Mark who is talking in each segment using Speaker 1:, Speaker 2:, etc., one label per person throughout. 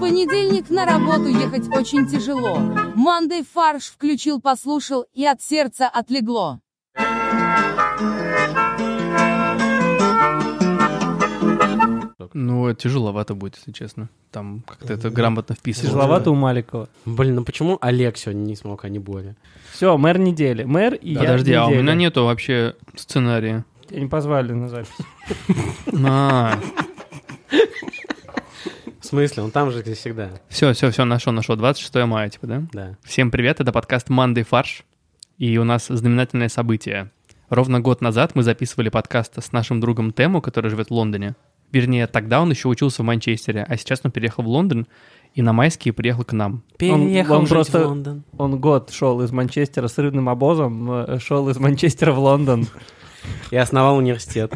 Speaker 1: понедельник на работу ехать очень тяжело. Мандей фарш включил, послушал, и от сердца отлегло.
Speaker 2: Ну, это тяжеловато будет, если честно. Там как-то это
Speaker 3: Мгм.
Speaker 2: грамотно вписано.
Speaker 3: Тяжеловато у Маликова.
Speaker 4: Блин, ну почему Олег сегодня не смог, а не Боря?
Speaker 3: Все, мэр недели. Мэр и я
Speaker 2: Подожди, а у
Speaker 3: недели.
Speaker 2: меня нету вообще сценария.
Speaker 3: Тебя не позвали на запись.
Speaker 2: А,
Speaker 4: В смысле? Он там же, где всегда.
Speaker 2: все, все, все, нашел, нашел. 26 мая, типа, да?
Speaker 4: Да.
Speaker 2: Всем привет, это подкаст «Мандай фарш». И у нас знаменательное событие. Ровно год назад мы записывали подкаст с нашим другом Тему, который живет в Лондоне. Вернее, тогда он еще учился в Манчестере, а сейчас он переехал в Лондон и на майские приехал к нам.
Speaker 3: Переехал жить
Speaker 4: просто...
Speaker 3: в Он год шел из Манчестера с рыбным обозом, шел из Манчестера в Лондон.
Speaker 4: И основал университет.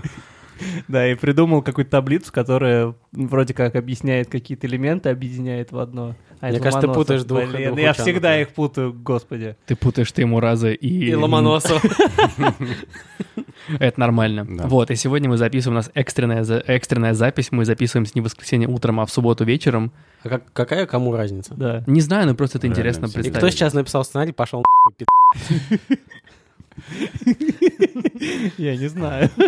Speaker 3: Да, и придумал какую-то таблицу, которая вроде как объясняет какие-то элементы, объединяет в одно. А
Speaker 4: Мне
Speaker 3: из
Speaker 4: кажется, ты
Speaker 3: Ломоносов,
Speaker 4: путаешь двух-
Speaker 3: блин,
Speaker 4: двух
Speaker 3: Я
Speaker 4: ученых,
Speaker 3: всегда
Speaker 4: да.
Speaker 3: их путаю, господи.
Speaker 2: Ты путаешь ты Мураза и...
Speaker 4: И Ломоносов.
Speaker 2: Это нормально.
Speaker 5: Да.
Speaker 2: Вот, и сегодня мы записываем, у нас экстренная, за- экстренная запись, мы записываемся не в воскресенье утром, а в субботу вечером.
Speaker 4: А как- какая кому разница?
Speaker 3: Да.
Speaker 2: Не знаю, но просто это
Speaker 5: Реально,
Speaker 2: интересно
Speaker 5: всегда.
Speaker 4: И
Speaker 2: представить.
Speaker 4: кто сейчас написал сценарий, пошел
Speaker 3: Я не знаю.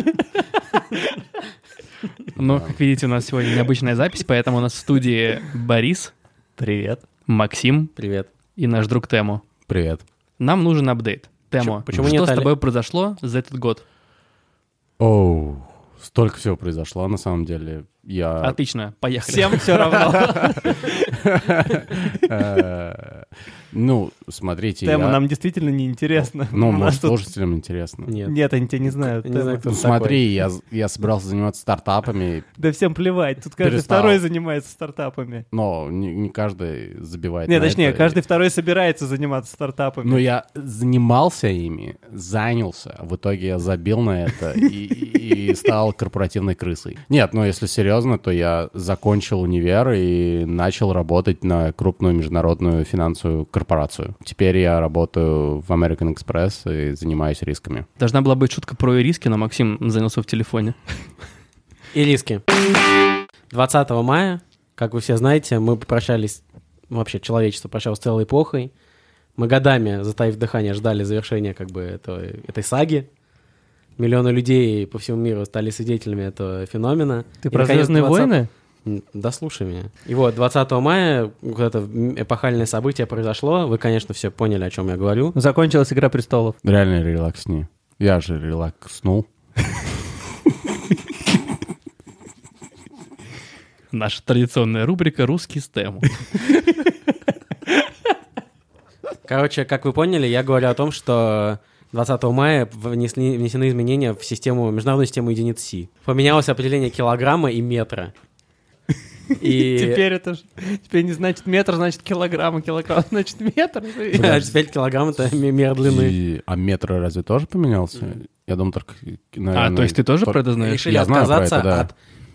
Speaker 2: Но, как видите, у нас сегодня необычная запись, поэтому у нас в студии Борис,
Speaker 3: Привет.
Speaker 2: Максим
Speaker 4: Привет.
Speaker 2: и наш друг Тему.
Speaker 5: Привет.
Speaker 2: Нам нужен апдейт. Тему,
Speaker 4: Чё- почему
Speaker 2: что
Speaker 4: нет
Speaker 2: с
Speaker 4: Али-
Speaker 2: тобой произошло за этот год?
Speaker 5: Оу, столько всего произошло, на самом деле.
Speaker 3: А
Speaker 5: Я...
Speaker 2: Отлично, поехали.
Speaker 3: Всем все равно.
Speaker 5: э, Ну, смотрите,
Speaker 3: Тема
Speaker 5: я-
Speaker 3: нам действительно неинтересно.
Speaker 5: Ну,
Speaker 3: У нас
Speaker 5: может,
Speaker 3: тут-
Speaker 5: слушателям интересно.
Speaker 4: Нет.
Speaker 3: Нет, они тебя не знают.
Speaker 4: Я не знаю,
Speaker 3: Тема.
Speaker 4: кто
Speaker 5: Ну,
Speaker 4: ты такой.
Speaker 5: смотри, я, я собирался заниматься стартапами,
Speaker 3: Да всем плевать. Тут каждый
Speaker 5: Перестал.
Speaker 3: второй занимается стартапами.
Speaker 5: но не, не каждый забивает
Speaker 3: Не,
Speaker 5: на
Speaker 3: точнее,
Speaker 5: это.
Speaker 3: каждый второй собирается заниматься
Speaker 5: Но
Speaker 3: стартапами.
Speaker 5: я занимался ими, занялся. а В итоге я забил на это и, и- и стал корпоративной крысой. Нет, ну если серьезно, то я закончил универ и начал работать на крупную международную финансовую корпорацию. Теперь я работаю в American Express и занимаюсь рисками.
Speaker 2: Должна была быть шутка про риски, но Максим занялся в телефоне.
Speaker 4: И риски. 20 мая, как вы все знаете, мы попрощались, вообще человечество прощалось с целой эпохой. Мы годами, затаив дыхание, ждали завершения как бы этой, этой саги. Миллионы людей по всему миру стали свидетелями этого феномена.
Speaker 3: Ты
Speaker 4: И,
Speaker 3: про
Speaker 4: наконец,
Speaker 3: «Звездные
Speaker 4: 20
Speaker 3: войны»?
Speaker 4: М, Да слушай меня. И вот 20 мая вот это м, эпохальное событие произошло. Вы, конечно, все поняли, о чем я говорю.
Speaker 3: Закончилась «Игра престолов».
Speaker 5: Реально релаксни. Я же релакснул.
Speaker 2: Наша традиционная рубрика «Русский с Тему».
Speaker 4: Короче, как вы поняли, я говорю о том, что 20 мая внесли, внесены изменения в систему, международную систему единиц Си. Поменялось определение килограмма и метра. И
Speaker 3: Теперь это ж- теперь не значит метр, значит килограмм, а килограмм значит метр.
Speaker 4: а теперь килограмм — это м- мер длины.
Speaker 5: И- а метро разве тоже поменялся? Я думаю, только...
Speaker 2: А,
Speaker 5: наверное,
Speaker 2: то есть ты тоже
Speaker 5: только-
Speaker 2: про это знаешь?
Speaker 4: Решили
Speaker 5: я знаю про
Speaker 4: отказаться
Speaker 5: это, да.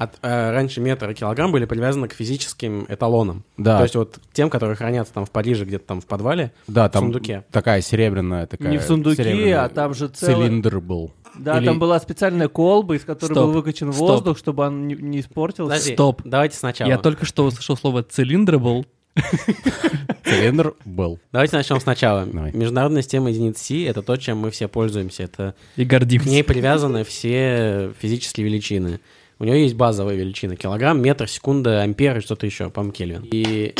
Speaker 4: от... от, э, раньше метр и килограмм были привязаны к физическим эталонам.
Speaker 5: Да.
Speaker 4: То есть вот тем, которые хранятся там в Париже где-то там в подвале.
Speaker 5: Да, там
Speaker 4: сундуке.
Speaker 5: такая серебряная такая...
Speaker 3: Не в сундуке,
Speaker 5: серебряная
Speaker 3: а там же целый-
Speaker 5: Цилиндр был.
Speaker 3: Да,
Speaker 5: Или-
Speaker 3: там была специальная колба, из которой
Speaker 2: Стоп,
Speaker 3: был выкачан
Speaker 2: стоп.
Speaker 3: воздух, чтобы он не- не испортился.
Speaker 4: Подожди,
Speaker 2: Стоп.
Speaker 4: Давайте сначала.
Speaker 2: Я только что услышал слово «цилиндрабл».
Speaker 5: Цилиндр был.
Speaker 4: Давайте начнем сначала.
Speaker 5: Давай.
Speaker 4: Международная система единиц Си — это то, чем мы все пользуемся. Это
Speaker 2: и
Speaker 4: к
Speaker 2: гордимся.
Speaker 4: ней привязаны все физические величины. У нее есть базовые величины. Килограмм, метр, секунда, ампер и что-то еще, по Кельвин. И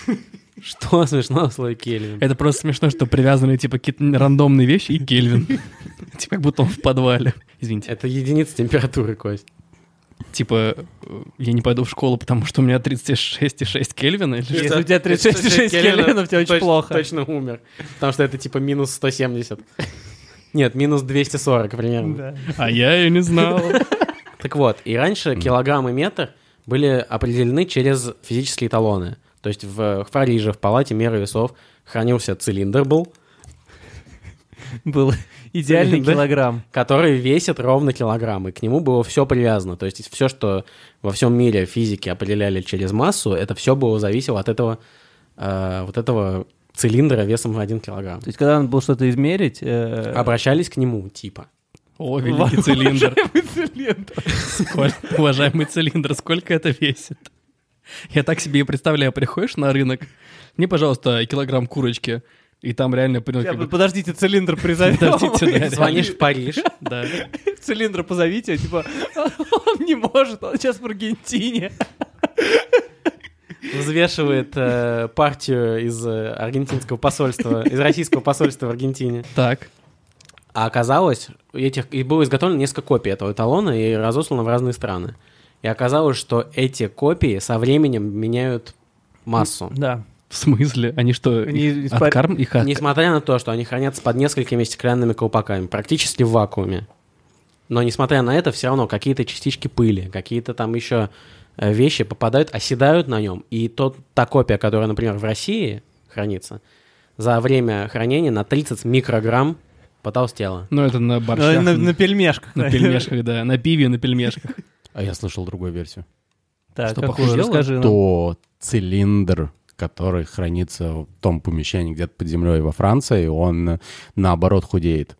Speaker 4: что смешно в слове Кельвин?
Speaker 2: Это просто смешно, что привязаны типа какие-то рандомные вещи и Кельвин. Типа как будто он в подвале. Извините.
Speaker 4: Это единица температуры, Кость.
Speaker 2: Типа э, я не пойду в школу, потому что у меня 36,6 Кельвина. или что?
Speaker 3: Если у тебя 36,6 Кельвинов, тебе очень
Speaker 4: Точ-
Speaker 3: плохо.
Speaker 4: Точно умер. Потому что это типа минус 170. Нет, минус 240 примерно.
Speaker 3: Да.
Speaker 2: А я и не знал.
Speaker 4: Так вот, и раньше килограмм и метр были определены через физические талоны. То есть в, в Париже, в палате меры весов хранился цилиндр был,
Speaker 3: Был идеальный
Speaker 4: Да.
Speaker 3: килограмм.
Speaker 4: который весит ровно килограмм, и к нему было все привязано. То есть все, что во всем мире физики определяли через массу, это все было зависело от этого, э, вот этого цилиндра весом в один килограмм.
Speaker 3: То есть, когда надо было что-то измерить... э,
Speaker 4: Обращались к нему, типа.
Speaker 2: О, великий цилиндр.
Speaker 3: Уважаемый цилиндр.
Speaker 2: Коль, Уважаемый цилиндр, сколько это весит? Я так себе и представляю, приходишь на рынок, мне, пожалуйста, килограмм курочки, и там реально... прям
Speaker 3: Я
Speaker 2: как
Speaker 3: бы-
Speaker 2: бы-
Speaker 3: Подождите, цилиндр призовем.
Speaker 2: Подождите, да,
Speaker 4: Звонишь в Париж.
Speaker 2: Да.
Speaker 3: Цилиндр позовите, типа, он не может, он сейчас в Аргентине.
Speaker 4: взвешивает э, партию из э, аргентинского посольства, из российского посольства в Аргентине.
Speaker 2: Так.
Speaker 4: А оказалось, этих, и было изготовлено несколько копий этого эталона и разослано в разные страны. И оказалось, что эти копии со временем меняют массу.
Speaker 3: Да.
Speaker 2: В смысле? Они что,
Speaker 3: Они
Speaker 2: их
Speaker 3: испар-
Speaker 2: откарм- их от-
Speaker 4: Несмотря на то, что они хранятся под несколькими стеклянными колпаками, практически в вакууме. Но несмотря на это, все равно какие-то частички пыли, какие-то там еще э, вещи попадают, оседают на нем. И тот, та копия, которая, например, в России хранится, за время хранения на 30 микрограмм потолстела.
Speaker 2: Ну, это на борщах,
Speaker 3: На,
Speaker 2: на,
Speaker 3: на пельмешках.
Speaker 2: пельмешках, да, на пиве, на пельмешках.
Speaker 5: А я слышал другую версию.
Speaker 3: Так,
Speaker 2: Что,
Speaker 3: какую?
Speaker 2: похуже
Speaker 3: Расскажи нам.
Speaker 5: То цилиндр, который хранится в том помещении где-то под землей во Франции, он наоборот худеет.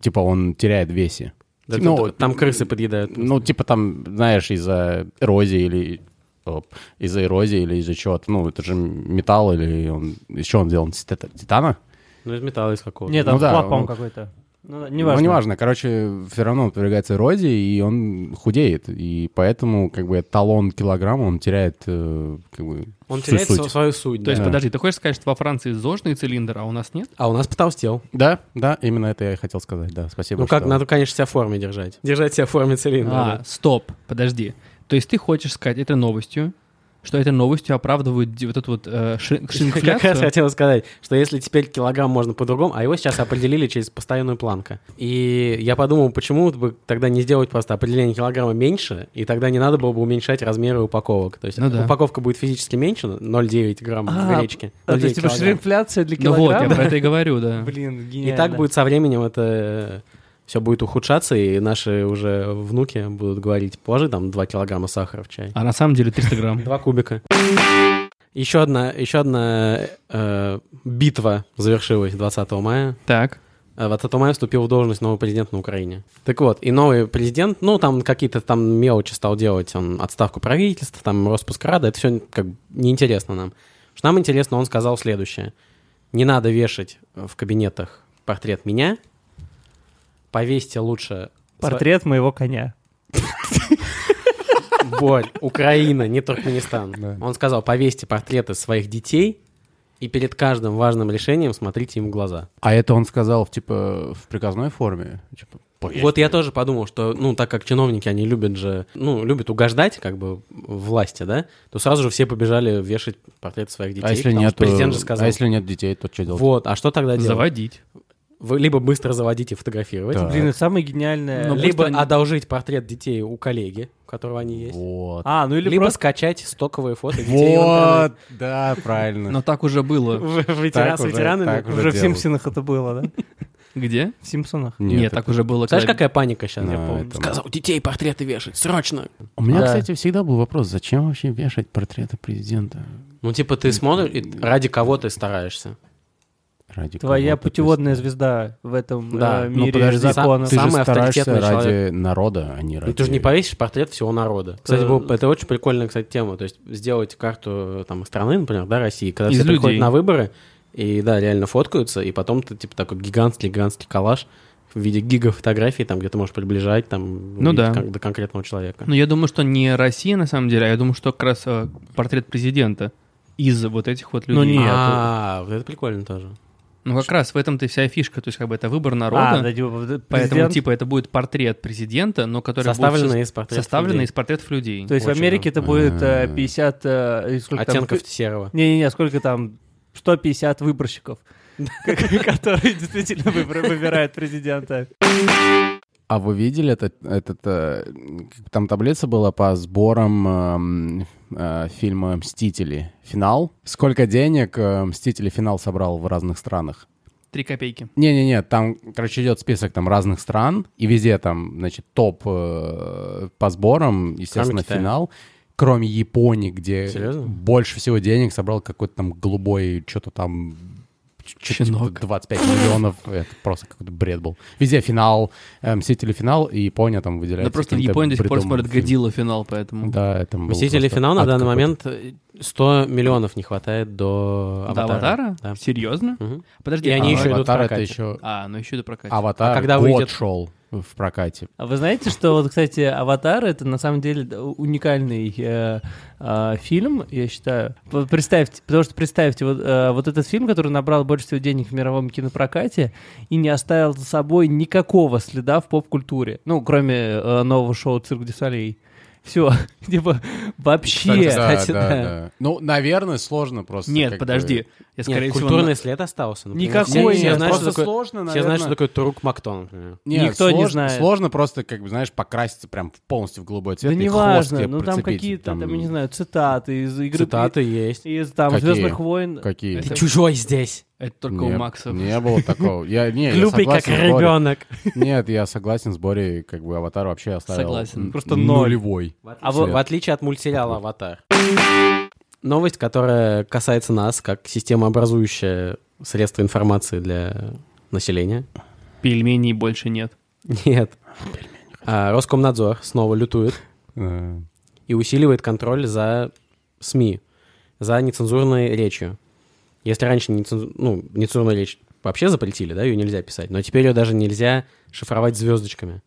Speaker 5: Типа он теряет весе.
Speaker 4: Да
Speaker 5: Ну,
Speaker 4: тут- там крысы подъедают.
Speaker 5: Ну, типа там, знаешь, из-за эрозии или оп, из-за эрозии или из-за чего-то. Ну, это же металл или он... Из чего он сделан? Из тита- Титана?
Speaker 4: Ну, из металла из какого-то.
Speaker 3: Нет, там
Speaker 5: Ну да,
Speaker 3: флаг, по-моему,
Speaker 5: ну-
Speaker 3: какой-то. Ну, да,
Speaker 5: Ну,
Speaker 3: неважно.
Speaker 5: неважно. Короче, все равно подвергается эрозии, и он худеет. И поэтому, как бы, талон килограмма, он теряет, э, как бы,
Speaker 4: Он
Speaker 5: всю
Speaker 4: теряет
Speaker 5: суть.
Speaker 4: со- свою суть.
Speaker 2: То есть,
Speaker 4: да.
Speaker 2: подожди, ты хочешь сказать, что во Франции зожный цилиндр, а у нас нет?
Speaker 4: А у нас потолстел.
Speaker 5: Да, да, именно это я и хотел сказать, да, спасибо.
Speaker 4: Ну как,
Speaker 5: что-
Speaker 4: надо, конечно, себя в форме держать. Держать себя в форме цилиндра.
Speaker 2: А,
Speaker 4: да.
Speaker 2: стоп, подожди. То есть ты хочешь сказать этой новостью, что этой новостью оправдывают ди- вот эту вот э, ши-
Speaker 4: Как раз
Speaker 2: шинфляцию?
Speaker 4: хотел сказать, что если теперь килограмм можно по-другому, а его сейчас определили через постоянную планку. И я подумал, почему бы тогда не сделать просто определение килограмма меньше, и тогда не надо было бы уменьшать размеры упаковок. То есть
Speaker 2: Ну да.
Speaker 4: упаковка будет физически меньше, 0,9 грамм
Speaker 3: А,
Speaker 4: гречки.
Speaker 3: А, то
Speaker 4: 0,9
Speaker 3: есть, типа,
Speaker 4: килограмм.
Speaker 3: шринфляция для
Speaker 2: Ну вот, я
Speaker 3: килограмма?
Speaker 2: про это и говорю, да.
Speaker 3: Блин,
Speaker 4: И
Speaker 3: гениально.
Speaker 4: так будет со временем это все будет ухудшаться, и наши уже внуки будут говорить, положи там 2 килограмма сахара в чай.
Speaker 2: А на самом деле 300 грамм.
Speaker 4: Два кубика. Еще одна, еще одна э, битва завершилась 20 мая.
Speaker 2: Так.
Speaker 4: Э, 20 мая вступил в должность новый президент на Украине. Так вот, и новый президент, ну, там какие-то там мелочи стал делать, он отставку правительства, там распуск Рада, это все как бы неинтересно нам. Что нам интересно, он сказал следующее. Не надо вешать в кабинетах портрет меня, повесьте лучше...
Speaker 3: Портрет моего коня.
Speaker 4: Борь, Украина, не Туркменистан.
Speaker 5: Да.
Speaker 4: Он сказал, повесьте портреты своих детей и перед каждым важным решением смотрите им в глаза.
Speaker 5: А это он сказал, типа, в приказной форме? Типа, «Поверь».
Speaker 4: Вот я тоже подумал, что, ну, так как чиновники, они любят же, ну, любят угождать, как бы, власти, да, то сразу же все побежали вешать портреты своих детей.
Speaker 5: А если,
Speaker 4: потому
Speaker 5: нет,
Speaker 4: что президент
Speaker 5: э,
Speaker 4: же сказал.
Speaker 5: а если нет детей, то что делать?
Speaker 4: Вот, а что тогда делать?
Speaker 2: Заводить.
Speaker 4: Вы либо быстро заводить и фотографировать,
Speaker 5: Да.
Speaker 3: Блин, это самое гениальное.
Speaker 2: Ну,
Speaker 4: либо
Speaker 2: быстро они-
Speaker 4: одолжить портрет детей у коллеги, у которого они есть,
Speaker 5: Вот.
Speaker 3: А, ну или
Speaker 4: либо
Speaker 3: просто...
Speaker 4: скачать стоковые фото детей в интернет.
Speaker 5: Вот, да, правильно.
Speaker 2: Но так уже было.
Speaker 4: В- в ветера-
Speaker 5: Так
Speaker 4: с
Speaker 5: уже,
Speaker 4: ветеранами.
Speaker 5: так уже
Speaker 3: Уже в
Speaker 5: делают.
Speaker 3: Симпсонах это было, да?
Speaker 2: Где?
Speaker 3: В Симпсонах.
Speaker 5: Нет,
Speaker 2: Нет, так уже было.
Speaker 4: Знаешь,
Speaker 2: когда-
Speaker 4: какая паника сейчас?
Speaker 5: Да,
Speaker 4: я помню.
Speaker 5: это-
Speaker 4: Сказал, детей портреты вешать, срочно.
Speaker 5: У меня,
Speaker 4: Да.
Speaker 5: кстати, всегда был вопрос, зачем вообще вешать портреты президента?
Speaker 4: Ну, типа, ты смотришь, и ради кого ты стараешься.
Speaker 5: Ради
Speaker 3: Твоя
Speaker 5: кого-то, то есть-
Speaker 3: путеводная звезда в этом
Speaker 4: Да,
Speaker 3: э,
Speaker 5: Ну,
Speaker 3: мире
Speaker 5: подожди,
Speaker 3: законов.
Speaker 5: Ты же
Speaker 4: Самый
Speaker 5: стараешься
Speaker 4: авторитетный
Speaker 5: ради
Speaker 4: человек.
Speaker 5: народа, а не ради...
Speaker 4: Ну, ты же не повесишь портрет всего народа. Кстати,
Speaker 3: Э,
Speaker 4: было- это очень прикольная, кстати, тема. То есть сделать карту там, страны, например, да, России, когда
Speaker 2: Из
Speaker 4: все приходят
Speaker 2: людей.
Speaker 4: на выборы, и да, реально фоткаются, и потом ты типа такой гигантский-гигантский коллаж в виде гигафотографий, там, где ты можешь приближать там
Speaker 2: Ну
Speaker 4: увидеть
Speaker 2: да.
Speaker 4: кон- до конкретного человека.
Speaker 2: Ну, я думаю, что не Россия на самом деле, а я думаю, что как раз э, портрет президента из вот этих вот
Speaker 3: Ну,
Speaker 2: людей.
Speaker 3: нет.
Speaker 4: а, вот это прикольно тоже.
Speaker 2: Ну, как раз в этом-то и вся фишка, то есть как бы это выбор народа,
Speaker 3: А, да, типа, вот этот
Speaker 2: поэтому
Speaker 3: президент.
Speaker 2: типа это будет портрет президента, но который будет
Speaker 4: Составленные из
Speaker 2: со-
Speaker 4: портретов.
Speaker 2: составленный
Speaker 4: людей.
Speaker 2: из портретов людей.
Speaker 3: То есть в
Speaker 4: Очень
Speaker 3: Америке это будет э,
Speaker 5: А.
Speaker 3: 50... э, и сколько там?
Speaker 4: Оттенков серого.
Speaker 3: Не-не-не, сколько там? 150 выборщиков, как- которые действительно выбор- выбирают президента.
Speaker 5: А вы видели этот... этот э, как там таблица была по сборам эм, э, фильма «Мстители. Финал». Сколько денег э, «Мстители. Финал» собрал в разных странах?
Speaker 2: Три копейки.
Speaker 5: Не-не-не, там, короче, идет список там разных стран, и везде там, значит, топ э, по сборам, естественно,
Speaker 4: Китая.
Speaker 5: финал. Кроме Японии, где
Speaker 4: Серьезно?
Speaker 5: больше всего денег собрал какой-то там голубой, что-то там чё-то
Speaker 2: Щенок.
Speaker 5: типа 25 миллионов. Это просто какой-то бред был. Везде финал, э, Мстители финал, и Япония там выделяется.
Speaker 2: Да просто в
Speaker 5: каким-то
Speaker 2: Японии до сих пор
Speaker 5: бредом
Speaker 2: смотрят
Speaker 5: фильм.
Speaker 2: Годзилла финал, поэтому...
Speaker 5: Да, это был
Speaker 4: Мстители
Speaker 5: просто
Speaker 4: финал на
Speaker 5: ад
Speaker 4: данный
Speaker 5: какой-то.
Speaker 4: момент э, 100 миллионов не хватает до
Speaker 2: До
Speaker 4: Аватара.
Speaker 2: Аватара?
Speaker 4: Да.
Speaker 2: Серьезно?
Speaker 4: Мгм.
Speaker 2: Подожди,
Speaker 4: И они
Speaker 2: а-
Speaker 4: еще идут в
Speaker 5: Аватар это
Speaker 4: прокате.
Speaker 5: еще...
Speaker 2: А, ну еще до проката.
Speaker 5: Аватар
Speaker 4: А когда
Speaker 5: год
Speaker 4: выйдет-
Speaker 5: шел в прокате.
Speaker 3: А Вы знаете, что вот, кстати, «Аватар» — это на самом деле д- уникальный э, а, фильм, я считаю. П- Представьте, потому что представьте, вот, э, вот этот фильм, который набрал больше всего денег в мировом кинопрокате и не оставил за собой никакого следа в поп-культуре. Ну, кроме э, нового шоу «Цирк де Солей». Все, типа,
Speaker 5: Кстати,
Speaker 3: вообще...
Speaker 5: да,
Speaker 4: кстати,
Speaker 5: да,
Speaker 4: да.
Speaker 5: да. Ну, наверное, сложно просто.
Speaker 2: Нет,
Speaker 5: как
Speaker 2: подожди.
Speaker 5: бы-
Speaker 2: Я, скорее
Speaker 4: Нет,
Speaker 2: всего,
Speaker 4: культурный след остался. например.
Speaker 3: Никакой
Speaker 4: Все-
Speaker 3: нет,
Speaker 4: Все знают, что
Speaker 5: просто
Speaker 4: такое-
Speaker 5: сложно,
Speaker 4: все знают,
Speaker 5: наверное.
Speaker 4: что такое Турук Мактон. например.
Speaker 5: Нет,
Speaker 3: Никто не
Speaker 5: сложно,
Speaker 3: знает.
Speaker 5: Сложно просто, как бы, знаешь, покраситься прям в- полностью в голубой цвет
Speaker 3: Да
Speaker 5: и
Speaker 3: неважно,
Speaker 5: хвост тебе
Speaker 3: ну там
Speaker 5: прицепить,
Speaker 3: какие-то, там, я не знаю, цитаты из игры...
Speaker 4: Цитаты есть.
Speaker 3: Из, там,
Speaker 5: Какие?
Speaker 3: «Звездных войн».
Speaker 5: Какие?
Speaker 2: Это
Speaker 4: Ты чужой здесь.
Speaker 2: это только
Speaker 5: Не-
Speaker 2: у Макса.
Speaker 5: Не было такого. Я, не, я
Speaker 4: Глупый как
Speaker 5: согласен с Борей.
Speaker 4: ребенок.
Speaker 5: Нет, я согласен с Борей, как бы аватар вообще оставил.
Speaker 2: Согласен.
Speaker 5: н-
Speaker 3: Просто ноль.
Speaker 5: нулевой.
Speaker 4: А в,
Speaker 5: Цвет.
Speaker 4: в отличие от мультсериала «Аватар». Новость, которая касается нас, как системообразующее средство информации для населения.
Speaker 2: Пельменей больше нет.
Speaker 4: Нет. А, Роскомнадзор снова лютует
Speaker 5: Э,
Speaker 4: и усиливает контроль за СМИ, за нецензурной речью. Если раньше нецензу- ну, нецензурную речь вообще запретили, да, ее нельзя писать, но теперь ее даже нельзя шифровать звездочками,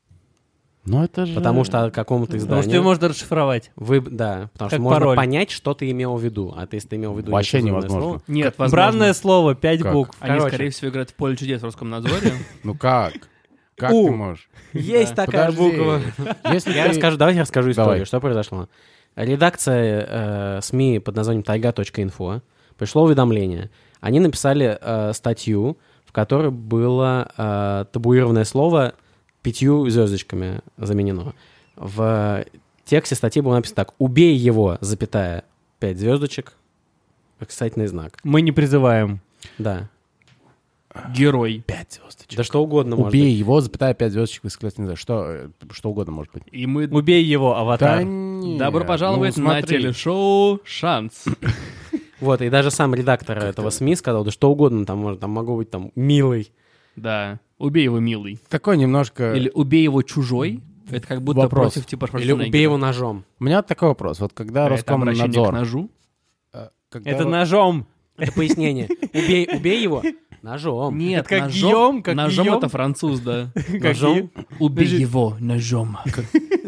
Speaker 5: Ну это же...
Speaker 4: потому что какому-то
Speaker 3: Потому что ее
Speaker 4: изданию...
Speaker 3: можно расшифровать.
Speaker 4: Вы, да, потому что
Speaker 3: Как
Speaker 4: можно
Speaker 3: пароль.
Speaker 4: понять, что ты имел в виду, а ты, если ты имел в виду
Speaker 5: Вообще
Speaker 4: нецензурное
Speaker 5: невозможно.
Speaker 4: слово,
Speaker 2: Нет, возможно.
Speaker 3: Бранное слово, пять
Speaker 5: Как?
Speaker 3: букв.
Speaker 2: Они,
Speaker 4: Короче.
Speaker 2: скорее всего, играют в поле чудес в Роскомнадзоре.
Speaker 5: Ну как? Как
Speaker 4: У.
Speaker 5: ты можешь?
Speaker 4: Есть такая
Speaker 5: Подожди.
Speaker 4: буква.
Speaker 5: Если
Speaker 4: Я
Speaker 5: ты-
Speaker 4: расскажу, давайте расскажу историю,
Speaker 5: Давай.
Speaker 4: что произошло. Редакция э, СМИ под названием тайга.инфо пришло уведомление. Они написали э, статью, в которой было э, табуированное слово пятью звездочками заменено. В тексте статьи было написано так. «Убей его, запятая, пять звездочек». Отрицательный знак.
Speaker 3: Мы не призываем.
Speaker 4: Да.
Speaker 2: Герой.
Speaker 5: Пять звездочек.
Speaker 4: Да что угодно может
Speaker 5: Убей
Speaker 4: быть.
Speaker 5: его, запятая пять звездочек, восклицательный знак. Что, э, что угодно может быть.
Speaker 2: И мы...
Speaker 3: Убей его, аватар.
Speaker 5: нет,
Speaker 2: Добро
Speaker 5: ну,
Speaker 2: пожаловать на
Speaker 5: смотри.
Speaker 2: телешоу «Шанс».
Speaker 4: Вот, и даже сам редактор этого СМИ сказал, да что угодно там может, там могу быть там «милый».
Speaker 2: Да. Убей его, милый.
Speaker 5: Такой немножко...
Speaker 2: Или убей его чужой. Это как будто
Speaker 5: Вопрос.
Speaker 2: против типа
Speaker 4: Или
Speaker 2: Шварценеггера.
Speaker 4: убей его ножом.
Speaker 5: У меня такой вопрос. Вот когда
Speaker 2: А Это обращение к
Speaker 5: Роскомнадзор...
Speaker 2: ножу.
Speaker 5: э, когда
Speaker 3: Это
Speaker 5: Ро-
Speaker 3: ножом.
Speaker 4: Это пояснение. Убей, убей его ножом.
Speaker 2: Нет,
Speaker 3: Это как
Speaker 2: ножом,
Speaker 3: Гийом, как
Speaker 2: ножом
Speaker 3: Гийом.
Speaker 2: это француз, да. Ну,
Speaker 4: Ножом?
Speaker 2: Убей его ножом.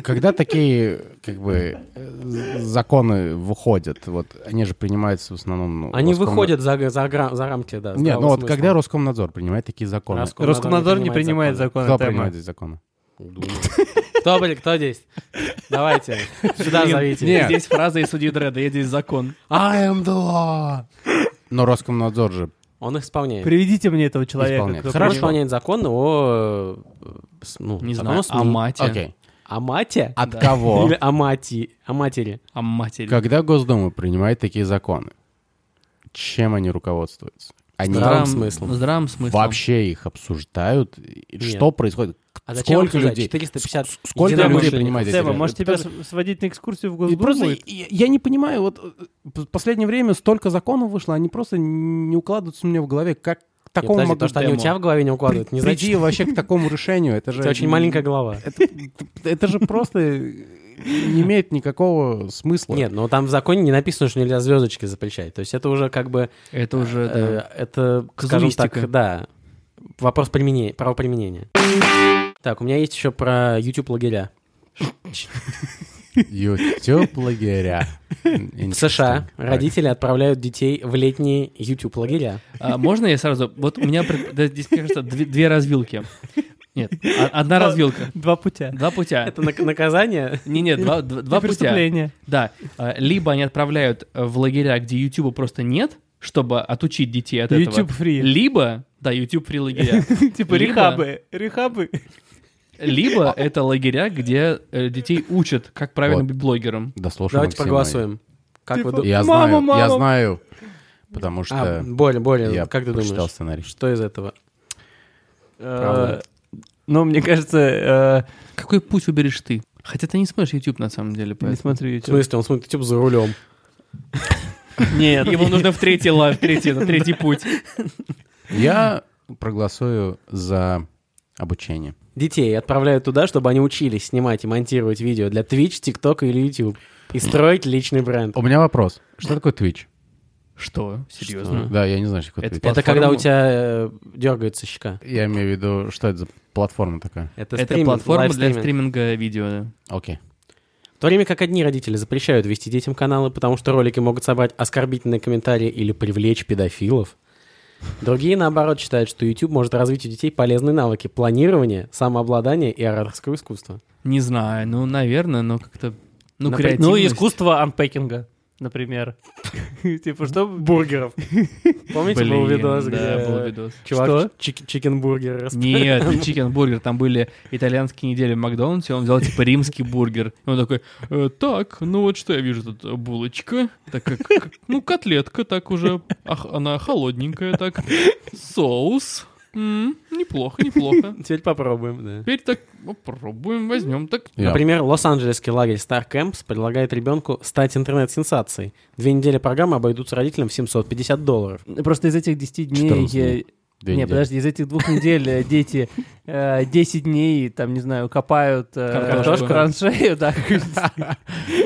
Speaker 5: Когда такие, как бы, э, законы выходят, вот они же принимаются в основном... ну,
Speaker 4: Они
Speaker 5: Роскомна-
Speaker 4: выходят за, г- за, гра- за рамки, да.
Speaker 5: Нет,
Speaker 4: здравого
Speaker 5: ну вот
Speaker 4: смысла.
Speaker 5: когда Роскомнадзор принимает такие законы?
Speaker 4: Роско-
Speaker 3: Роскомнадзор не принимает законы
Speaker 5: Кто
Speaker 3: Тэма.
Speaker 5: принимает здесь законы?
Speaker 4: Думаю. Кто, блин, кто здесь? Давайте, сюда зовите.
Speaker 5: Нет.
Speaker 2: Здесь фраза из судьи Дреда, я здесь закон.
Speaker 5: I am the law. Но Роскомнадзор же...
Speaker 4: Он их исполняет.
Speaker 3: Приведите мне этого человека.
Speaker 5: Исполняет.
Speaker 3: кто
Speaker 4: Он
Speaker 5: Хорошо.
Speaker 4: исполняет закон о... э, с- Ну,
Speaker 2: Не
Speaker 4: закон
Speaker 2: знаю, а
Speaker 4: о СМИ.
Speaker 2: о мате,
Speaker 5: Окей.
Speaker 4: О мате?
Speaker 5: От кого?
Speaker 4: Или о мати? О матери.
Speaker 2: о а матери.
Speaker 5: Когда Госдума принимает такие законы, чем они руководствуются? Они
Speaker 4: Здравым
Speaker 2: Здравым-
Speaker 4: смыслом.
Speaker 2: Здравым смыслом.
Speaker 5: вообще их обсуждают? И Что происходит?
Speaker 4: А зачем
Speaker 5: Сколько
Speaker 4: обсуждать?
Speaker 5: людей?
Speaker 4: 450
Speaker 5: Ск- Сколько людей
Speaker 4: единомышленников.
Speaker 5: принимает эти
Speaker 3: Сэма,
Speaker 5: решения?
Speaker 3: может тебя
Speaker 5: Даже-
Speaker 3: с- сводить на экскурсию в
Speaker 5: И
Speaker 3: Госдуму?
Speaker 5: просто я- я не понимаю, вот э, в последнее время столько законов вышло, они просто не укладываются у меня в голове, как к
Speaker 4: Нет,
Speaker 5: такому
Speaker 4: подожди,
Speaker 5: могу
Speaker 4: то, что они у
Speaker 2: демо.
Speaker 4: тебя в голове не укладывают, не значит,
Speaker 5: прийти
Speaker 4: что
Speaker 5: вообще к такому решению. Это
Speaker 4: у
Speaker 5: же
Speaker 4: тебя очень маленькая голова.
Speaker 5: Это, это же просто э, не имеет никакого смысла.
Speaker 4: Нет, но там в законе не написано, что нельзя звездочки запрещать. То есть это уже как бы...
Speaker 2: Это уже... да.
Speaker 4: э, Это, скажем
Speaker 2: Казуистика.
Speaker 4: так, да, вопрос применения, правоприменения. Так, у меня есть еще про YouTube лагеря.
Speaker 5: YouTube лагеря.
Speaker 4: В США родители отправляют детей в летние YouTube лагеря.
Speaker 2: А, можно я сразу... Вот у меня пред- да, здесь, мне кажется, две, две развилки. Нет, о- одна развилка.
Speaker 3: Два путя.
Speaker 2: Два путя.
Speaker 4: Это нак- наказание?
Speaker 2: Не, не, два, два- два
Speaker 3: И
Speaker 2: путя.
Speaker 3: преступление.
Speaker 2: Да. А, Либо они отправляют э, в лагеря, где Ютуба просто нет, чтобы отучить детей от этого.
Speaker 3: YouTube free.
Speaker 2: Либо, да, YouTube при лагеря.
Speaker 3: Типа
Speaker 2: Либо-
Speaker 3: рехабы. Рехабы.
Speaker 2: Либо это лагеря, где э, детей учат, как правильно
Speaker 5: Вот.
Speaker 2: быть блогером.
Speaker 5: Дослушай,
Speaker 4: Давайте
Speaker 5: Максима.
Speaker 4: проголосуем. Как вы А,
Speaker 3: Типа-
Speaker 4: думаете?
Speaker 5: Я
Speaker 3: Мама,
Speaker 5: знаю, я
Speaker 3: мама.
Speaker 5: знаю, потому
Speaker 4: А,
Speaker 5: что
Speaker 4: Боря, Боря,
Speaker 5: я
Speaker 4: как ты
Speaker 5: прочитал
Speaker 4: думаешь?
Speaker 5: сценарий.
Speaker 4: Что из этого?
Speaker 3: Э, Ну, мне кажется, э,
Speaker 2: Какой путь уберешь ты? Хотя ты не смотришь YouTube на самом деле,
Speaker 3: э, не
Speaker 2: поэтому...
Speaker 3: смотрю
Speaker 4: В
Speaker 3: YouTube.
Speaker 4: смысле, он смотрит YouTube за рулем.
Speaker 3: Нет.
Speaker 2: Ему нужно в третий лав, третий, это третий путь.
Speaker 5: Я проголосую за обучение.
Speaker 4: Детей отправляют туда, чтобы они учились снимать и монтировать видео для Twitch, TikTok или YouTube. И строить личный бренд.
Speaker 5: У меня вопрос. Что такое Twitch?
Speaker 2: Что? Серьезно?
Speaker 5: Да, я не знаю, что такое
Speaker 2: Это
Speaker 5: Twitch.
Speaker 4: Это
Speaker 2: Платформу-
Speaker 4: когда у тебя э, дергается щека.
Speaker 5: Я имею в виду, что это за платформа такая?
Speaker 4: Это,
Speaker 2: Это
Speaker 4: стриминг,
Speaker 2: платформа для
Speaker 4: лайвстриминг.
Speaker 2: стриминга видео. да.
Speaker 5: Окей.
Speaker 4: В то время как одни родители запрещают вести детям каналы, потому что ролики могут собрать оскорбительные комментарии или привлечь педофилов. Другие, наоборот, считают, что YouTube может развить у детей полезные навыки планирования, самообладания и ораторского искусства.
Speaker 2: Не знаю, ну, наверное, но как-то... Ну,
Speaker 4: На
Speaker 2: креативность.
Speaker 3: Ну, искусство анпекинга, например. Типа, что... Бургеров.
Speaker 4: Помните,
Speaker 2: Блин,
Speaker 4: был видос,
Speaker 2: да,
Speaker 4: где
Speaker 2: был видос.
Speaker 4: чувак чик- чикенбургер расп-
Speaker 2: Нет, не чикенбургер, там были итальянские недели в Макдональдсе, он взял типа римский бургер. И он такой, «Э, так, ну вот что я вижу тут, э, булочка, так как, как- ну котлетка так уже, ах, она холодненькая так, соус, М, неплохо, неплохо.
Speaker 4: Теперь попробуем, да.
Speaker 2: Теперь так попробуем, возьмем так.
Speaker 5: Я.
Speaker 4: Например, лос-анджелесский лагерь Star Camps предлагает ребенку стать интернет-сенсацией. Две недели программы обойдутся родителям в 750 долларов.
Speaker 3: Просто из этих 10 дней... э,
Speaker 5: 14 дней. Две
Speaker 3: Не,
Speaker 5: недели.
Speaker 3: подожди, из этих двух недель э, дети э, 10 дней, там, не знаю, копают э,
Speaker 2: Картошку.
Speaker 3: траншею, да,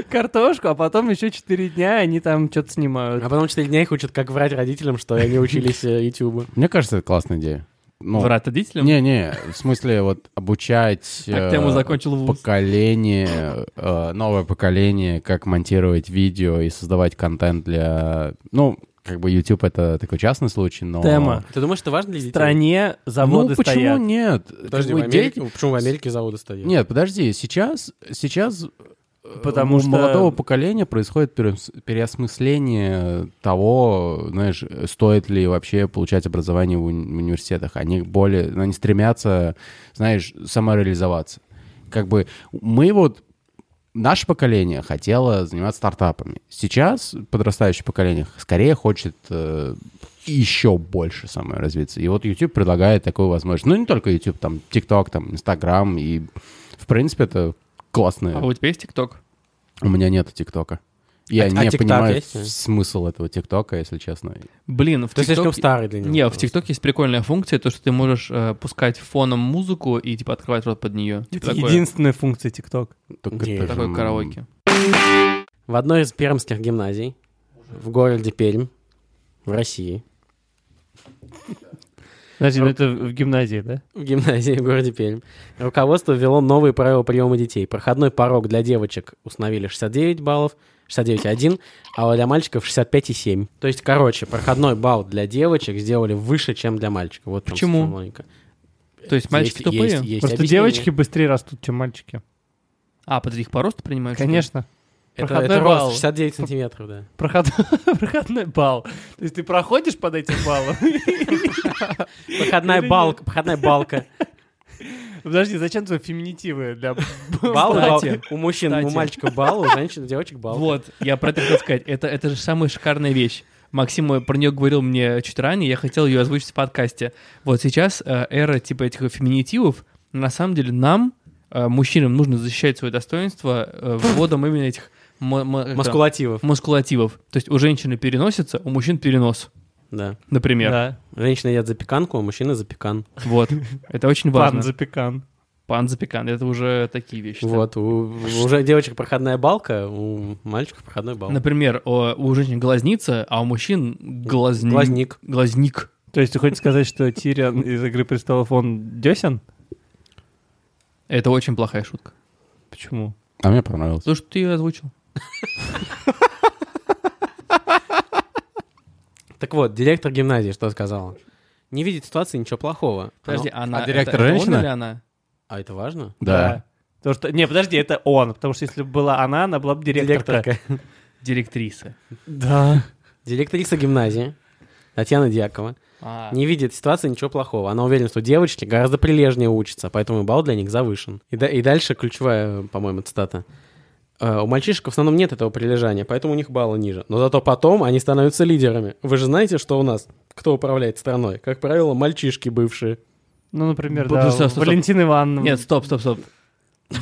Speaker 3: картошку, а потом еще 4 дня они там что-то
Speaker 4: А
Speaker 3: снимают.
Speaker 4: потом 4 дня их учат, как врать родителям, что они учились э, YouTube.
Speaker 5: Мне кажется, это классная идея. Ну,
Speaker 2: Врат родителям?
Speaker 5: Не-не, в смысле вот обучать
Speaker 2: Так ты ему
Speaker 5: э,
Speaker 2: закончил вуз.
Speaker 5: поколение, э, новое поколение, как монтировать видео и создавать контент для... Ну, как бы YouTube это такой частный случай, но...
Speaker 3: Тема.
Speaker 4: Ты думаешь, это важно для
Speaker 3: В
Speaker 4: детей?
Speaker 3: стране заводы
Speaker 5: ну, почему
Speaker 3: стоят.
Speaker 5: нет?
Speaker 4: Подожди, в
Speaker 5: Как бы
Speaker 4: Америке-
Speaker 5: дети-
Speaker 4: Почему в Америке заводы стоят?
Speaker 5: Нет, подожди, сейчас, сейчас э,
Speaker 3: Потому
Speaker 5: у
Speaker 3: что-
Speaker 5: молодого поколения происходит переос- переосмысление того, знаешь, стоит ли вообще получать образование в уни- в университетах. Они более, они стремятся, знаешь, самореализоваться. Как бы мы вот Наше поколение хотело заниматься стартапами. Сейчас подрастающее поколение скорее хочет э, еще больше саморазвиться. И вот YouTube предлагает такую возможность. Ну, не только YouTube, там, TikTok, там, Instagram. И, в принципе, это классно.
Speaker 2: А у тебя есть ТикТок?
Speaker 5: У меня нет ТикТока. Я
Speaker 4: А- а
Speaker 5: не
Speaker 4: TikTok
Speaker 5: понимаю
Speaker 4: есть?
Speaker 5: ф- смысл этого ТикТока, если честно.
Speaker 2: Блин, в
Speaker 4: Ты слишком
Speaker 2: ТикТок...
Speaker 4: старый для него.
Speaker 2: Не, в ТикТоке есть прикольная функция, то, что ты можешь э, пускать фоном музыку и типа открывать рот под нее. Типа
Speaker 3: Это
Speaker 2: такое-
Speaker 3: единственная функция TikTok.
Speaker 5: Только
Speaker 4: Нет.
Speaker 5: это же,
Speaker 2: такое
Speaker 5: м,
Speaker 2: караоке.
Speaker 4: В одной из пермских гимназий в городе Пермь в России.
Speaker 3: Подожди, ну это в гимназии, да?
Speaker 4: В гимназии в городе Пермь. Руководство ввело новые правила приема детей. Проходной порог для девочек установили 69 баллов, 69,1, а для мальчиков 65,7. То есть, короче, проходной балл для девочек сделали выше, чем для мальчиков. Вот там
Speaker 2: Почему?
Speaker 4: вся логика.
Speaker 2: То есть мальчики
Speaker 4: Есть-
Speaker 2: тупые?
Speaker 4: есть- есть
Speaker 3: Просто
Speaker 4: объяснение.
Speaker 3: девочки быстрее растут, чем мальчики.
Speaker 2: А, под их по росту принимают? что ли?
Speaker 3: Конечно.
Speaker 4: Это,
Speaker 3: Проходной
Speaker 4: это
Speaker 3: балл.
Speaker 4: рост 69 сантиметров, да.
Speaker 3: Проход- Проходной балл. То есть ты проходишь под этим баллом?
Speaker 4: Проходная
Speaker 3: Или
Speaker 4: балка, проходная балка.
Speaker 3: Подожди, зачем твои феминитивы для
Speaker 4: Балл, балл.
Speaker 2: Кстати.
Speaker 4: у мужчин, у
Speaker 2: Кстати.
Speaker 4: мальчиков балл, у женщин, у девочек балл.
Speaker 2: Вот, я про это хотел сказать. Это, это же самая шикарная вещь. Максим э, про нее говорил мне чуть ранее, я хотел ее озвучить в подкасте. Вот сейчас э, эра типа этих феминитивов, на самом деле нам, э, мужчинам, нужно защищать свое достоинство э, вводом именно этих мо- мо- это,
Speaker 4: Маскулативов,
Speaker 2: мускулативов. То есть у женщины переносится, у мужчин перенос,
Speaker 4: да.
Speaker 2: например.
Speaker 3: Да.
Speaker 4: Женщины едят запеканку, а мужчины запекан.
Speaker 2: Вот, это очень важно.
Speaker 3: Пан запекан.
Speaker 2: Пан запекан, это уже такие вещи.
Speaker 4: Вот, у, уже девочек проходная балка, у мальчиков проходной балл.
Speaker 2: Например, о, у женщин глазница, а у мужчин глазни-
Speaker 4: Глазник.
Speaker 2: Глазник.
Speaker 3: То есть ты хочешь сказать, что Тириан из «Игры престолов» он десен?
Speaker 2: Это очень плохая шутка.
Speaker 3: Почему?
Speaker 5: А мне понравилось.
Speaker 2: То, что ты ее озвучил.
Speaker 4: Так вот, директор гимназии что сказала? Не видит ситуации ничего плохого.
Speaker 2: Подожди,
Speaker 4: Оно-
Speaker 2: она...
Speaker 5: а директор
Speaker 2: это- это он
Speaker 5: женщина?
Speaker 2: или она?
Speaker 4: А это важно?
Speaker 5: Да.
Speaker 3: То, что... Не, подожди, это он, потому что если бы была она, она была бы директорка.
Speaker 2: Директриса.
Speaker 3: Да.
Speaker 4: Директриса гимназии Татьяна Дьякова
Speaker 2: А,
Speaker 4: не видит ситуации ничего плохого. Она уверена, что девочки гораздо прилежнее учатся, поэтому и балл для них завышен. И, да- и дальше ключевая, по-моему, цитата. «Э, У мальчишек в основном нет этого прилежания, поэтому у них баллы ниже. Но зато потом они становятся лидерами. Вы же знаете, что у нас? Кто управляет страной? Как правило, мальчишки бывшие.
Speaker 3: Ну, например,
Speaker 2: Б-
Speaker 3: да,
Speaker 2: стоп, стоп, стоп.
Speaker 3: Валентина Ивановна.
Speaker 2: Нет, стоп, стоп, стоп.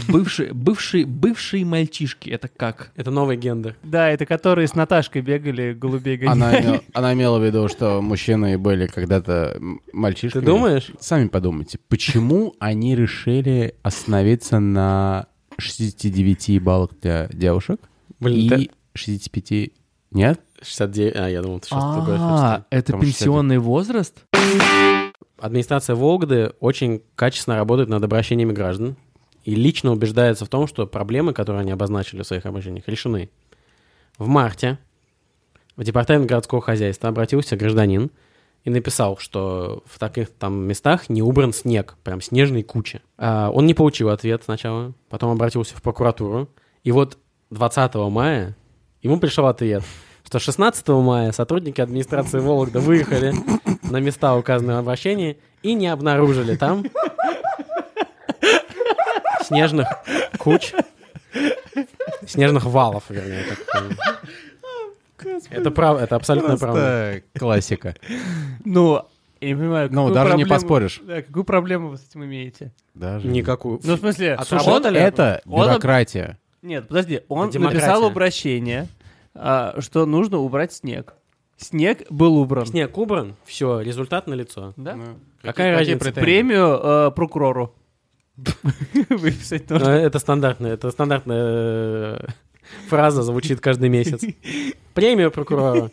Speaker 2: Бывшие, бывшие, бывшие мальчишки, это как?
Speaker 4: Это новый гендер.
Speaker 3: Да, это которые с Наташкой бегали, голубей гоняли.
Speaker 5: Она, име- она имела в виду, что мужчины были когда-то м- мальчишками.
Speaker 4: Ты думаешь?
Speaker 5: Сами подумайте, почему они решили остановиться на 69 баллах для девушек
Speaker 4: Блин,
Speaker 5: и 65... Нет?
Speaker 4: ты- 69... А, я думал, ты что-то другое хочешь сказать.
Speaker 2: А, это
Speaker 5: Потому что
Speaker 2: пенсионный возраст?
Speaker 4: Администрация Вологды очень качественно работает над обращениями граждан и лично убеждается в том, что проблемы, которые они обозначили в своих обращениях, решены. В марте в департамент городского хозяйства обратился гражданин и написал, что в таких там местах не убран снег, прям снежной кучи. А, он не получил ответ сначала, потом обратился в прокуратуру, и вот 20 мая ему пришел ответ, что 16 мая сотрудники администрации Вологда выехали на места, указанные в обращении, и не обнаружили там снежных куч, снежных валов, вернее. так сказать. Это прав, это абсолютно правда.
Speaker 5: Просто классика.
Speaker 3: Ну, я не понимаю,
Speaker 5: Ну,
Speaker 3: какую
Speaker 5: даже не
Speaker 3: проблему-
Speaker 5: поспоришь.
Speaker 3: Да, какую проблему вы с этим имеете?
Speaker 5: Даже
Speaker 4: Никакую.
Speaker 3: Ну, в смысле,
Speaker 5: А
Speaker 3: он-
Speaker 4: Отработали?
Speaker 5: Это
Speaker 3: Он-
Speaker 5: бюрократия.
Speaker 3: Нет, подожди, он
Speaker 4: Демократия.
Speaker 3: написал обращение, а, что нужно убрать снег. Снег был убран.
Speaker 4: Снег убран, все, результат налицо.
Speaker 3: Да?
Speaker 5: А
Speaker 4: Какая разница?
Speaker 3: Премию э, прокурору. Выписать
Speaker 4: Ну,
Speaker 3: нужно.
Speaker 4: Это стандартная, это стандартная э, фраза звучит каждый месяц. Премию прокурора.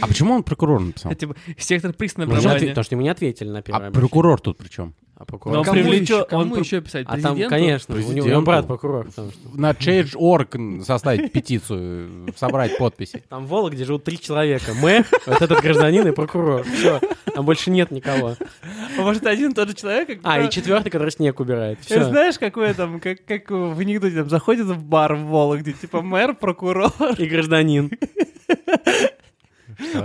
Speaker 5: А почему он прокурор написал?
Speaker 2: Это типа сектор приз
Speaker 4: Мне не ответ-
Speaker 2: набрания.
Speaker 4: Потому Ну, что ему не ответили на
Speaker 5: А
Speaker 4: первое. обращение.
Speaker 5: прокурор тут причем?
Speaker 4: А прокурор.
Speaker 3: Но он
Speaker 2: Кому
Speaker 3: привлечен-
Speaker 2: еще-
Speaker 3: он
Speaker 2: Кому
Speaker 3: при-
Speaker 2: еще писать?
Speaker 4: А там,
Speaker 2: Президенту?
Speaker 4: конечно, у него- у него
Speaker 5: Президенту.
Speaker 4: брат прокурор. потому что-
Speaker 5: На Change.org составить петицию, собрать подписи.
Speaker 4: Там в Вологде живут три человека. Мы, вот этот гражданин и прокурор. Все, там больше нет никого.
Speaker 3: Может, один и тот же человек?
Speaker 4: А, и
Speaker 3: который-
Speaker 4: четвертый, который снег убирает.
Speaker 3: Ты
Speaker 4: Все.
Speaker 3: знаешь, какое там, как, как в анекдоте, там заходит в бар в Вологде, типа мэр, прокурор,
Speaker 4: И гражданин.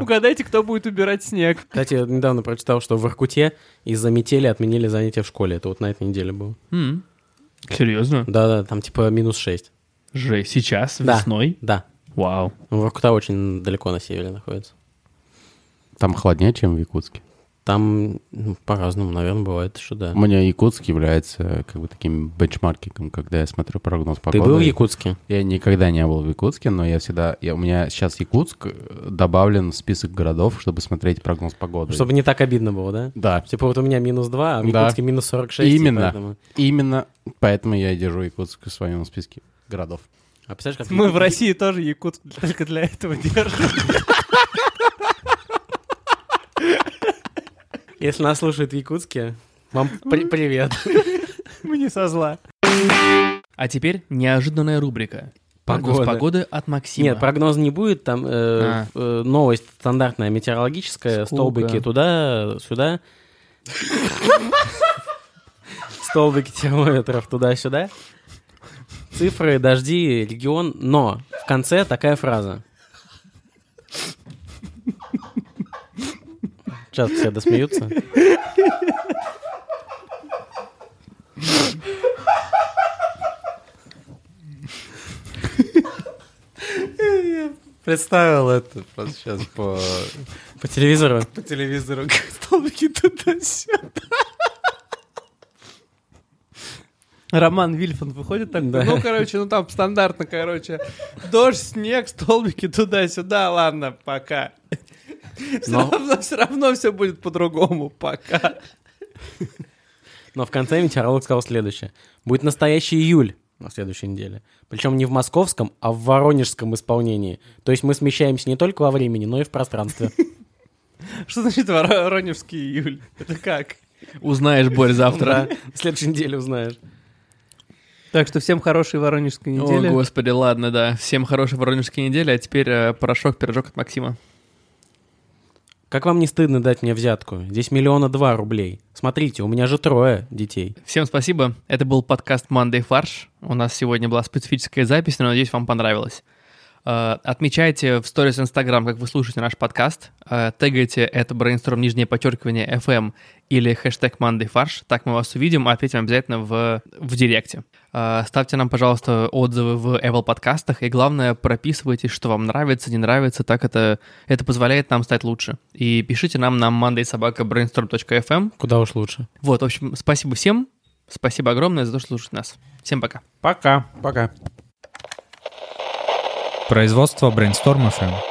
Speaker 3: угадайте, кто будет убирать снег.
Speaker 4: Кстати, я недавно прочитал, что в Иркуте из-за метели отменили занятия в школе. Это вот на этой неделе было.
Speaker 2: М. Серьезно?
Speaker 4: Да-да, там типа минус 6.
Speaker 2: Же сейчас,
Speaker 4: Да.
Speaker 2: весной?
Speaker 4: Да.
Speaker 2: Вау.
Speaker 4: Ну, Воркута очень далеко на севере находится.
Speaker 5: Там холоднее, чем в Якутске.
Speaker 4: Там ну, по-разному, наверное, бывает, что да.
Speaker 5: У меня Якутск является как бы таким бенчмаркингом, когда я смотрю прогноз
Speaker 4: Ты
Speaker 5: погоды.
Speaker 4: был в Якутске?
Speaker 5: Я никогда не был в Якутске, но я всегда... Я, у меня сейчас Якутск э, добавлен в список городов, чтобы смотреть прогноз погоды.
Speaker 4: Чтобы не так обидно было, да?
Speaker 5: Да.
Speaker 4: Типа вот у меня минус 2, а в
Speaker 5: Да.
Speaker 4: Якутске минус 46. и
Speaker 5: Именно.
Speaker 4: поэтому-
Speaker 5: Именно поэтому я и держу Якутск в своем списке городов.
Speaker 4: А представляешь, как...
Speaker 3: Мы в России тоже Якутск только для этого держим.
Speaker 4: Если нас слушают в Якутске, вам при- привет.
Speaker 3: Мы не со зла.
Speaker 2: А теперь неожиданная рубрика. Прогноз
Speaker 4: Погода.
Speaker 2: погоды от Максима.
Speaker 4: Нет, прогноза не будет, там э,
Speaker 2: А.
Speaker 4: э, новость стандартная, метеорологическая,
Speaker 2: Скука.
Speaker 4: столбики туда, сюда. Столбики термометров туда-сюда. Цифры, дожди, регион, но в конце такая фраза. Сейчас все досмеются.
Speaker 5: Представил это просто сейчас по,
Speaker 4: По телевизору.
Speaker 5: телевизору.
Speaker 3: Столбики туда-сюда. Роман Вильфан выходит так, ну, короче, ну там стандартно, короче, дождь, снег, столбики туда-сюда, ладно, пока. Все
Speaker 4: Но-
Speaker 3: равно, все будет по-другому, пока.
Speaker 4: Но в конце метеоролог сказал следующее. Будет настоящий июль на следующей неделе. Причем не в московском, а в воронежском исполнении. То есть мы смещаемся не только во времени, но и в пространстве.
Speaker 3: Что значит воронежский июль? Это как?
Speaker 2: Узнаешь, Борь, завтра.
Speaker 4: В следующей неделе узнаешь.
Speaker 3: Так что всем хорошей воронежской недели.
Speaker 2: О, господи, ладно, да. Всем хорошей воронежской недели, а теперь э, порошок-пирожок от Максима.
Speaker 4: Как вам не стыдно дать мне взятку? Здесь миллиона два рублей. Смотрите, у меня же трое детей.
Speaker 2: Всем спасибо. Это был подкаст «Мандай фарш». У нас сегодня была специфическая запись, но, надеюсь, вам понравилось. Э, Отмечайте в сторис Инстаграм, как вы слушаете наш подкаст. Э, Тегайте это брейнсторм нижнее подчеркивание FM или хэштег «Мандай фарш». Так мы вас увидим, а ответим обязательно в, в директе. Э, Ставьте нам, пожалуйста, отзывы в Apple подкастах. И главное, прописывайтесь, что вам нравится, не нравится. Так это, это позволяет нам стать лучше. И пишите нам на mandaysobakabrainstorm.fm.
Speaker 4: Куда уж лучше.
Speaker 2: Вот, в общем, спасибо всем. Спасибо огромное за то, что слушаете нас. Всем пока.
Speaker 3: Пока.
Speaker 5: Пока.
Speaker 6: Производство Brainstorm FM.